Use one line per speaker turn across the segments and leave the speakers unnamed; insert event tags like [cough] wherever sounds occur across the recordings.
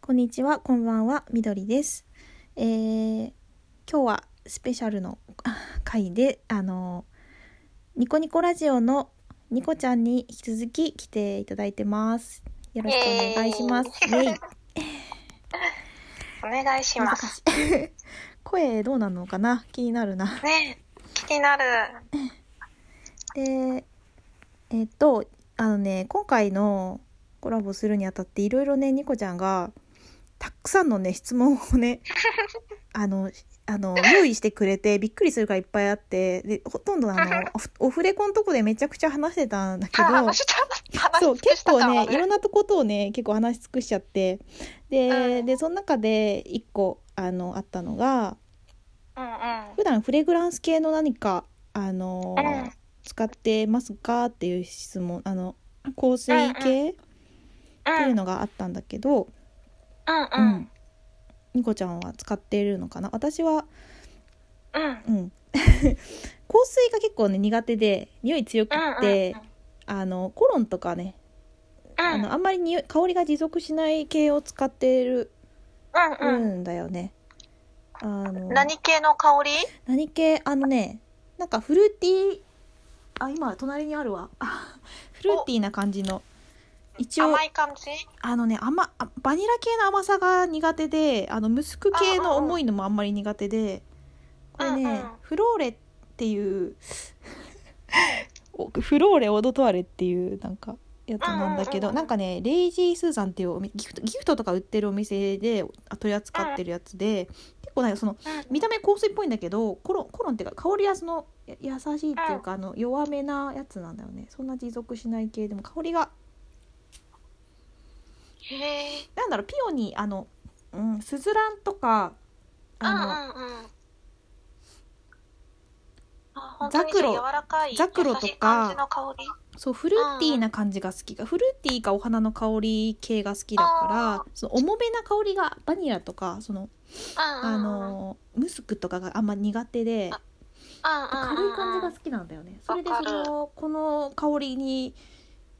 こんにちは、こんばんは、みどりです。えー今日はスペシャルの [laughs] あ回で、あのニコニコラジオのニコちゃんに引き続き来ていただいてます。よろしくお願いします。イ
イエーイ
エイ
お願いしま
難
す。
しい声どうなのかな気になるな。
ね、気になる。
で、えっと、あのね、今回のコラボするにあたっていろいろね、ニコちゃんがたくさんのね、質問を
[laughs]
ね、あの、あの、用意してくれてびっくりするからいっぱいあって、で、ほとんどあ
[laughs]
の、オフオフレコのとこでめちゃくちゃ話してたんだけ
あ、
ど
話、した。話
そう結構ねいろ
ん
んなことをね結構話し尽くしちゃってで,、
うん
でその中で一個あのあったのが
な。うんうん。
普段フレグランス系の何かあの、
うん
使ってますかっていう質問あの香水系って
うん
いうのがあったんだけど、
うんうん。
ニコちゃんは使っているのかな私は、
うん。
うん、 [laughs] 香水が結構ね苦手で匂い強くって、あのコロンとかね
うん
あ
うん
のあんまり匂い香りが持続しない系を使っている
うんうん
んだよね。あの
何系の香り
何系あのねなんかフルーティーあ今隣にあるわ [laughs] あフルーティーな感じの一応
甘い感じ
あのね甘あバニラ系の甘さが苦手であのムスク系の重いのもあんまり苦手でこれね、
うんうん
フローレっていう [laughs] おフローレオードトワレっていうなんかやつなんだけど、
うんうん
な
うん
んかねレイジースーザンっていうお店ギフトギフトとか売ってるお店であ取り扱ってるやつで、結構なんかその見た目香水っぽいんだけどコロンコロンっていうか香りはそのや優しいっていうか、あの弱めなやつなんだよねそんな持続しない系でも香りが
へえ。
なんだろうピオにあのうんスズランとか
うんう
あの、
んうん。あ本
ザ
当
ク
に
ロ
柔らかい
ザクロとか
優しい感じの香り
そうフルーティーな感じが好きが、フルーティーかお花の香り系が好きだから
あ
その重めな香りがバニラとかその、あ
うんうんうん
のムスクとかがあんま苦手で
あうんうんうん
軽い感じが好きなんだよね。それで
わ
そ
かる
のこの香りに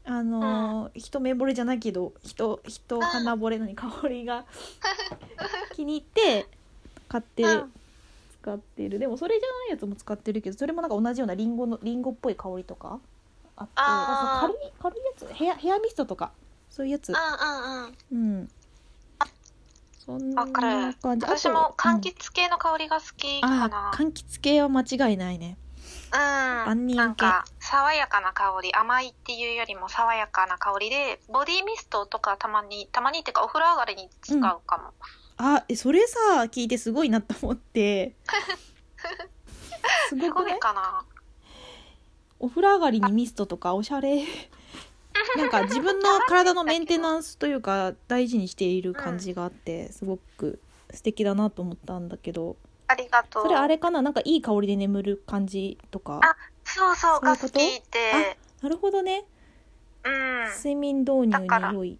あの、一目惚れじゃないけど人人花惚れのに香り
[laughs]
が気に入って買って
うん
使ってるでもそれじゃないやつも使ってるけどそれもなんか同じようなリンゴのリンゴっぽい香りとかあって
あー
なんか軽い軽いやつヘアヘアミストとかそういうやつ
うんうんう
う
ん
んそんな
わかる
感じあと
私も柑
うん
橘系の香りが好きか
あ
な
ー柑橘系は間違いないね
う
万
ん、
人
なん
受け
か爽やかな香り甘いっていうよりも爽やかな香りでボディミストとかたまにたまにっていうかお風呂上がりに使うかも、
あえそれさ聞いてすごいなと思って
[laughs]
すご
す
く
ご
ない
いかな
お風呂上がりにミストとかおしゃ
[laughs]
れなんか自分の体のメンテナンスというか大事にしている感じがあってすごく素敵だなと思ったんだけど
ありがとう
それあれかななんかいい香りで眠る感じとか
あそう
そう
そう
い
が
うこ
好
と
きって
なるほどね
う
睡眠導入
だから
に良い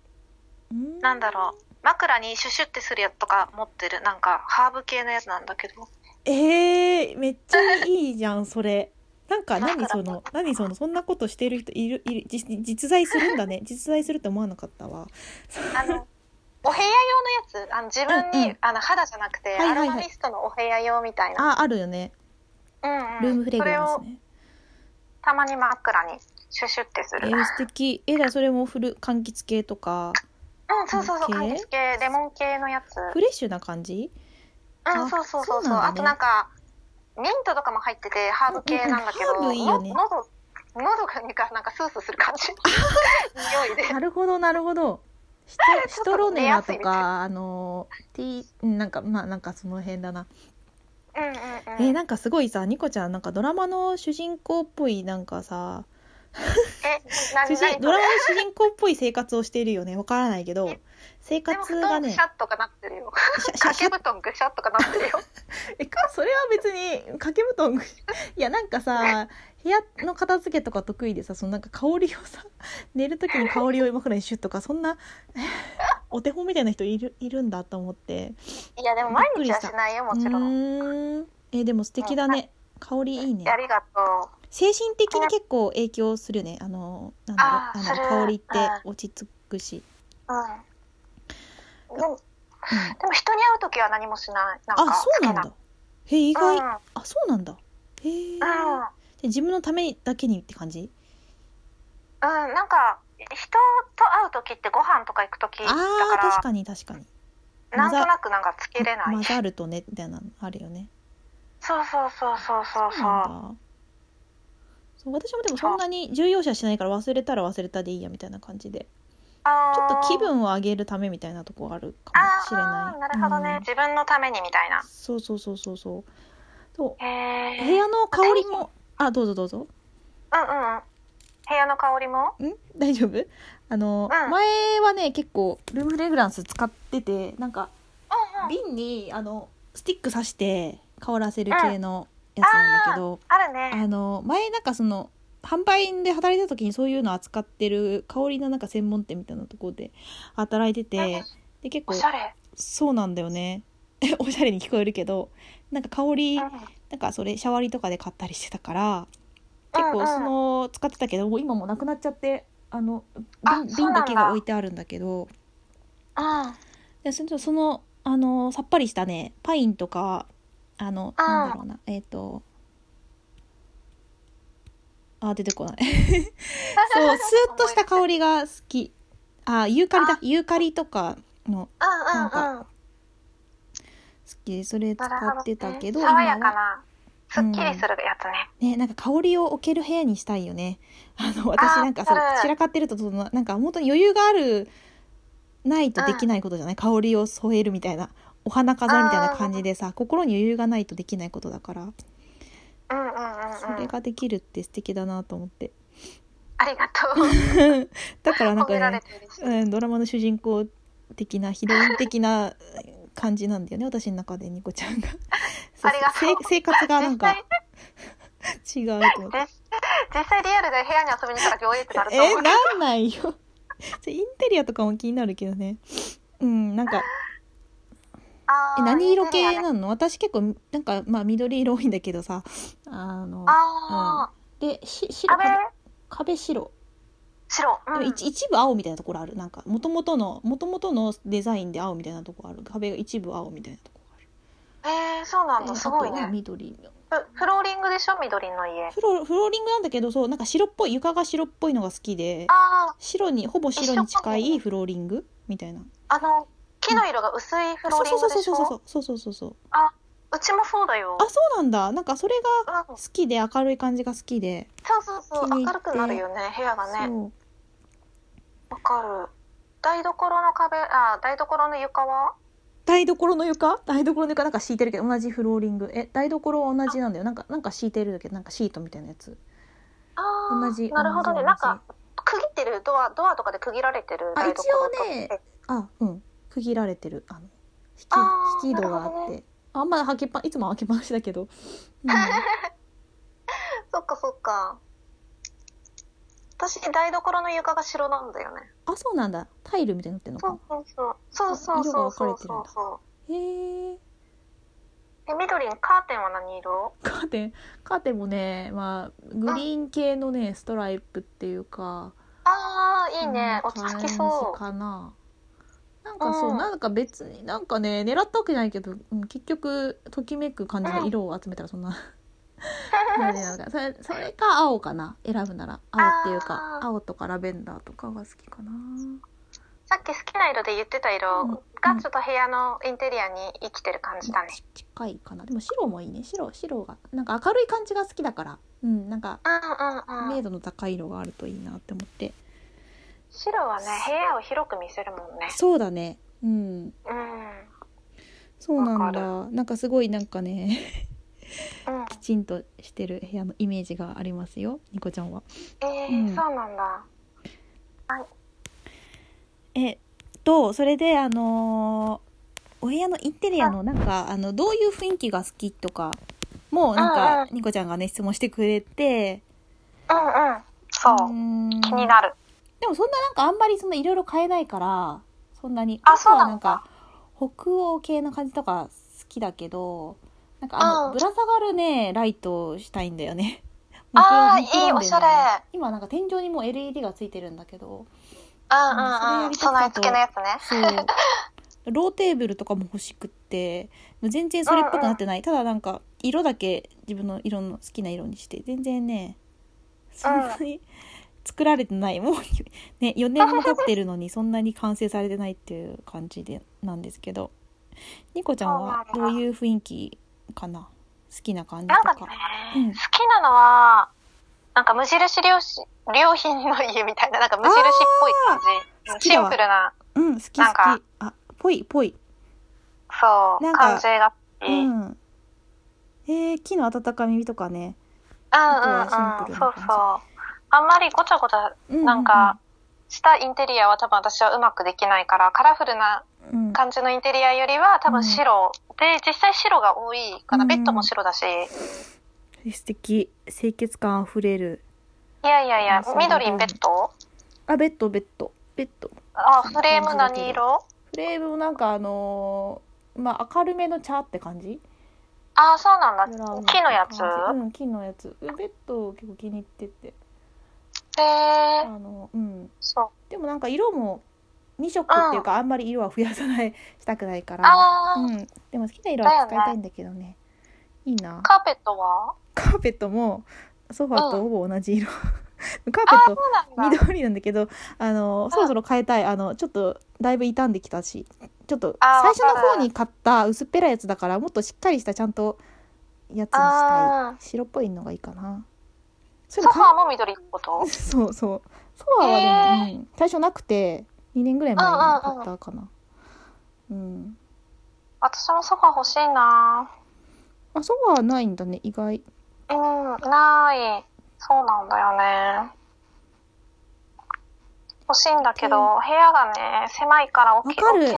うん
んなんだろう枕にシュシュってするやつとか持ってるなんかハーブ系のやつなんだけど
えー、めっちゃいいじゃんそれなん [laughs] か
だ
何
か
そ
ら
の何そのそんなことしてる人いるいる実実在するんだ [laughs] ね実在すると思わなかったわ
あの [laughs] お部屋用のやつあの自分に、
うんうん
あの肌じゃなくて、
いはいはい
アロマミストのお部屋用みたいな、
ああるよね
うんうん、
ルームフレグランス
それを
ね
たまに枕にシュシュってす
え
る
ー、素敵えじゃあそれもフル柑橘系とか
うん、そうそうそう、
系
柑橘系、レモン系のやつ。
フレッシュな感じ
う
あ
ん、そうそうそう
そ
そうう。
なんだね
あとなんか、ミントとかも入ってて、ハーブ系なんだけど、
うんうんハーブいいよね
の喉、喉がなんか、なんかスースーす
[laughs]
る感じ。匂いで。
なるほどなるほど [laughs] シトシトロネアとかあのティーなんかまあなんかその辺だな
うんうんうん。
えー、なんかすごいさニコちゃんなんかドラマの主人公っぽいなんかさ
え、な
主
に
人
なに
ド
そ
ラマ
れ
の主人公っぽい生活をしているよねわからないけど生
でも
活
布
が
団ぐ
ね
しゃっとかなってるよ。
シャシャ
掛
シ
け
ャ
布団ぐしゃっとかなってるよ。
えかそれは別に掛け布団 [laughs] いやなんか [laughs] さ部屋の片付けとか得意でさそのなんか香りをさ寝る時に香りを枕にシュッとかそ [laughs] んなお手本みたいな人いるいるんだと思って
いや、でも毎日はしないよ、もちろ。
うんーんえでも素敵だね香りいいね
ありがとう。
精神的に結構影響するよねあのなんだろう
あー
あの
それ
香りって
あ
落ち着くし
うん。でもでも人に会う時は何もしないなんか
あそうなん
つ
だへえ意
けない
外、あそうなんだへえ
うん、うん
で自分のためだけにって感じ
うん、なんか人と会う時ってご飯とか行く時だか
ああ
ら
確かに確かに
なんとなくなんかつけれない
混ざるとねみたいなのあるよね
そうそうそうそう
そ
そう
う
そ
なん
う
だそう私もでもそんなに重要視はしないから忘れたら忘れたでいいやみたいな感じで
あ
ちょっ
ー
と気分を上げるためみたいなとこがあるかもしれ
あ
な
ー
い
なるほどね、
うん
自分のためにみたいな
そうそうそうそうそうそう
へえ
部屋の香りもあどうぞどうぞ
うんうんうん部屋の香りも
ん [laughs] 大丈夫あの、
うん
前はね結構ルームフレグランス使っててなんか
うんうん
瓶にあのスティック刺して香らせる系のやつなんだけど、
あるね
あの前なんかその販売で働いてた時にそういうの扱ってる香りのなんか専門店みたいなところで働いててで結
お
構
しゃれ、
そうなんだよね [laughs] おしゃれに聞こえるけどなんか香り
うん、
な
うん
んかそれシャワリとかで買ったりしてたから結
うんう
構
ん
その使ってたけどもう今もうなくなっちゃってあの
あ
瓶
そ
瓶
うなんだ
だけが置いてあるんだけど
あ
でそのそのあのさっぱりしたねパインとかあの
あー
なんだろうなえっ、とあー出てこない [laughs] そうスーッと
[laughs]
した香りが好きあーユーカリだユーカリとかのなん
うんうんうん
か好きでそれ使
なるほどね
ってたけど
爽や
今は
かなすっきりするやつね、
ねなんか香りを置ける部屋にしたいよねあの私なんかそう
わかる
散らかってるとそのなんか本当に余裕があるないとできないことじゃない、香りを添えるみたいなお花飾るみたいな感じでさ心に余裕がないとできないことだから
うん、うんうん
そ
うん
れができるって素敵だなと思って
ありがとう
だからなん
褒め
から
れ
ね、
て嬉しい、
うん、ドラマの主人公的なヒロイン的な感じなんだよね私の中でニコちゃんがそう
[laughs] ありがとう
せ生活がなん
実
か
際
違うと思って
実実際リアルで部屋に遊びに行ったら上映ってなると思
え
う
なんないよ [laughs] ちょインテリアとかも気になるけどねうんなんか
あー
え何色
いい
系
ね
なの私結構なんかまあ緑色多いんだけどさあの
あ
でし
ー、
白
あれ
壁壁白、
白、う
でも
ん、
一一部青みたいなところあるなんか元々の元々のデザインで青みたいなとこある壁が一部青みたいなとこある
えー、そうなん
で
だすごい
あとは
ね
緑の
フフローリングでしょ緑の家
フロフローリングなんだけどそうなんか白っぽい床が白っぽいのが好きで
あ
白にほぼ白に近
一緒かも
いフローリングみたいな
ああの木の色が薄いフローリン
そ
グ
うそ
で
う
し
そ
ょ
うそうそうそうそうそう
うちもそうだよ
あそうなんだなんかそれが
う
好
ん
きで明るい感じが好きで、
そうそうそ
気
う
に入
明
って
るくなるよね部屋がね
そう
わかる台所の壁あ台所の床は
台所の床台所の床なんか敷いてるけど同じフローリングえ台所は同じなんだよなんかなんか敷いてるんだけどなんかシートみたいなやつ
あー
同じ
なるほ
同
どね
じ
なんか区切ってるドアドアとかで区切られてる
あ
台所と
一応ねあうん区切られてるあの引き
あー
引き戸があ
なる
っ
ほど
て、あんま開けっぱいつも開けっぱなしだけど、うん
[laughs] そっかそっか私台所の床が白なんだよね
あそうなんだタイルみたいになってるの
そう
か
そうそうそうそうそうそう
色が分かれてるんだへえ
そうそうえ、緑のカーテンは何色
カーテンカーテンもねまあグリーン系のねストライプっていうか
ああ、いいね。
うん
落ち着きそ
感じかな。なんかそう、
うん
なんか別になんかね狙ったわけじゃないけど、うん、結局ときめく感じで色を集めたらそんな
[laughs]
感じなのかそれそれか青かな選ぶなら青っていうか
あー
青とかラベンダーとかが好きかな
う。さっき好きな色で言ってた
うん
色がちょっと部屋のインテリアに生きてる感じだね。
ち近いかなでも白もいいね白白がなんか明るい感じが好きだからうんなんか
うんうんう
明
ん。
度の高い色があるといいなって思って
白はね、部屋を広く見せるもんね。
そうだねうん
う
そうなん
わ
だなんかすごいなんかね [laughs]
ん。うん。
きちんとしてる部屋のイメージがありますよニコちゃんは。
え
う
ー
ん
そうなんだ。
えっとそれであのーお部屋のインテリアのなんかあのどういう雰囲気が好きとかもな
うん
かニコちゃんがね質問してくれて
うんうん。そう。
ーん
気になる。
でもそんななんかあんまりそのいろいろ変えないからそんなに
あそう
は
な
なんん
だ
か北欧系の感じとか好きだけどなんかあ
う
の
ん
ぶら下がるねライトをしたいんだよね。
あー
[laughs] 目論
い
んで
い
んだよね
おしゃれ
今なんか天井にもう LED がついてるんだけど
うんうんうん。
それやりたかった
備え付けのやつね。
そう。
[laughs]
ローテーブルとかも欲しくってもう全然それっぽくなってないただなんか色だけ自分の色の好きな色にして全然ねそんなに作られてないもう [laughs] ね4年も経ってるのにそんなに完成されてないっていう感じでなんですけどニコちゃんはどういう雰囲気かな好きな感じと
なん
か
かね、
うん
好きなのは、なんか無印良し良品の家みたいな、なんか無印っぽい
あー
感
好
じ。
き
シ
だ
ン
わ
プルな、
うん好き
なん
好
か
きあぽいぽい
そう、
なんか
感じがいい。
う
うんうんうん、
んえー木の温かみとかねあとはシンプルな
そう
感じ
そう。あんまりごちゃごちゃ
ううう
なんかしたインテリアは多分私はうまくできないから、カラフルな
うん
感じのインテリアよりは多分白。で、実際白が多いかな。
うん
ベッドも白だし。い
素敵清潔感あふれる
やいやいや
そう、
緑ベッド
あベッドベッドベッド
あ、フレーム何色
フレームもなんかあのーまあ明るめの茶って感じ
あ、そうなんだ。
ブラウン
木のやつ
うん木のやつうんベッド結構気に入ってて
へ
あ
え
のうん
そう。
でもなんか色も2色っていうかあんまり色は増やさない [laughs] したくないから
ああ、
うんでも好きな色は使いたいんだけどねいいな
カーペットは
カーペットもソファーとほぼ同じ色 [laughs] カーペ
あ
ッ
あ、
ト
そうなんだ。
緑なんだけどあのそろそろ変えたいあのちょっとだいぶ傷んできたしちょっと
あー
最初の
わか
方
る
に買った薄っぺらいやつだからもっとしっかりしたちゃんとやつにした
ああ
い、白っぽいのがいいかなそ
ソ
れも
フ
か
ァーも緑ってこと
[laughs] そうそうソファーはね、うん最初なくて2年ぐらい前に買ったかなうん
私もソファー欲しいな
あソファーないんだね意外
うん、ない。そうなんだよね。欲しいんだけど、部屋がね、狭いから大
わ
きい
かる